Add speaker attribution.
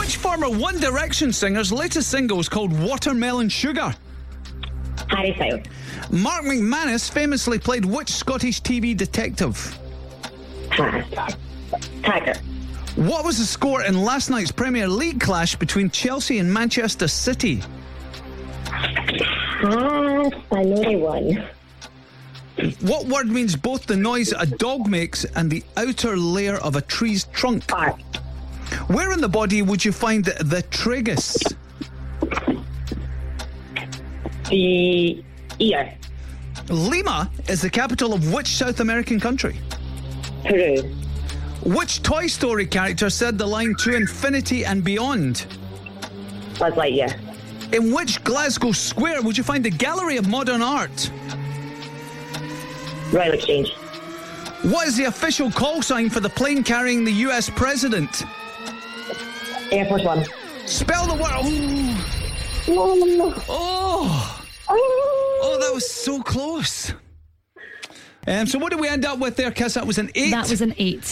Speaker 1: former One Direction singer's latest single is called Watermelon Sugar?
Speaker 2: Harry Styles.
Speaker 1: Mark McManus famously played which Scottish TV detective?
Speaker 2: Pass. Tiger.
Speaker 1: What was the score in last night's Premier League clash between Chelsea and Manchester City?
Speaker 2: Pass. I know they won.
Speaker 1: What word means both the noise a dog makes and the outer layer of a tree's trunk?
Speaker 2: Fart.
Speaker 1: Where in the body would you find the, the tragus?
Speaker 2: The ear.
Speaker 1: Lima is the capital of which South American country?
Speaker 2: Peru.
Speaker 1: Which Toy Story character said the line to infinity and beyond?
Speaker 2: Buzz Lightyear.
Speaker 1: In which Glasgow square would you find the Gallery of Modern Art?
Speaker 2: Royal Exchange.
Speaker 1: What is the official call sign for the plane carrying the US president?
Speaker 2: Air Force One.
Speaker 1: Spell the word. Ooh.
Speaker 2: No, no, no.
Speaker 1: Oh, oh, that was so close. Um, so what did we end up with there, Kiss? That was an eight.
Speaker 3: That was an eight.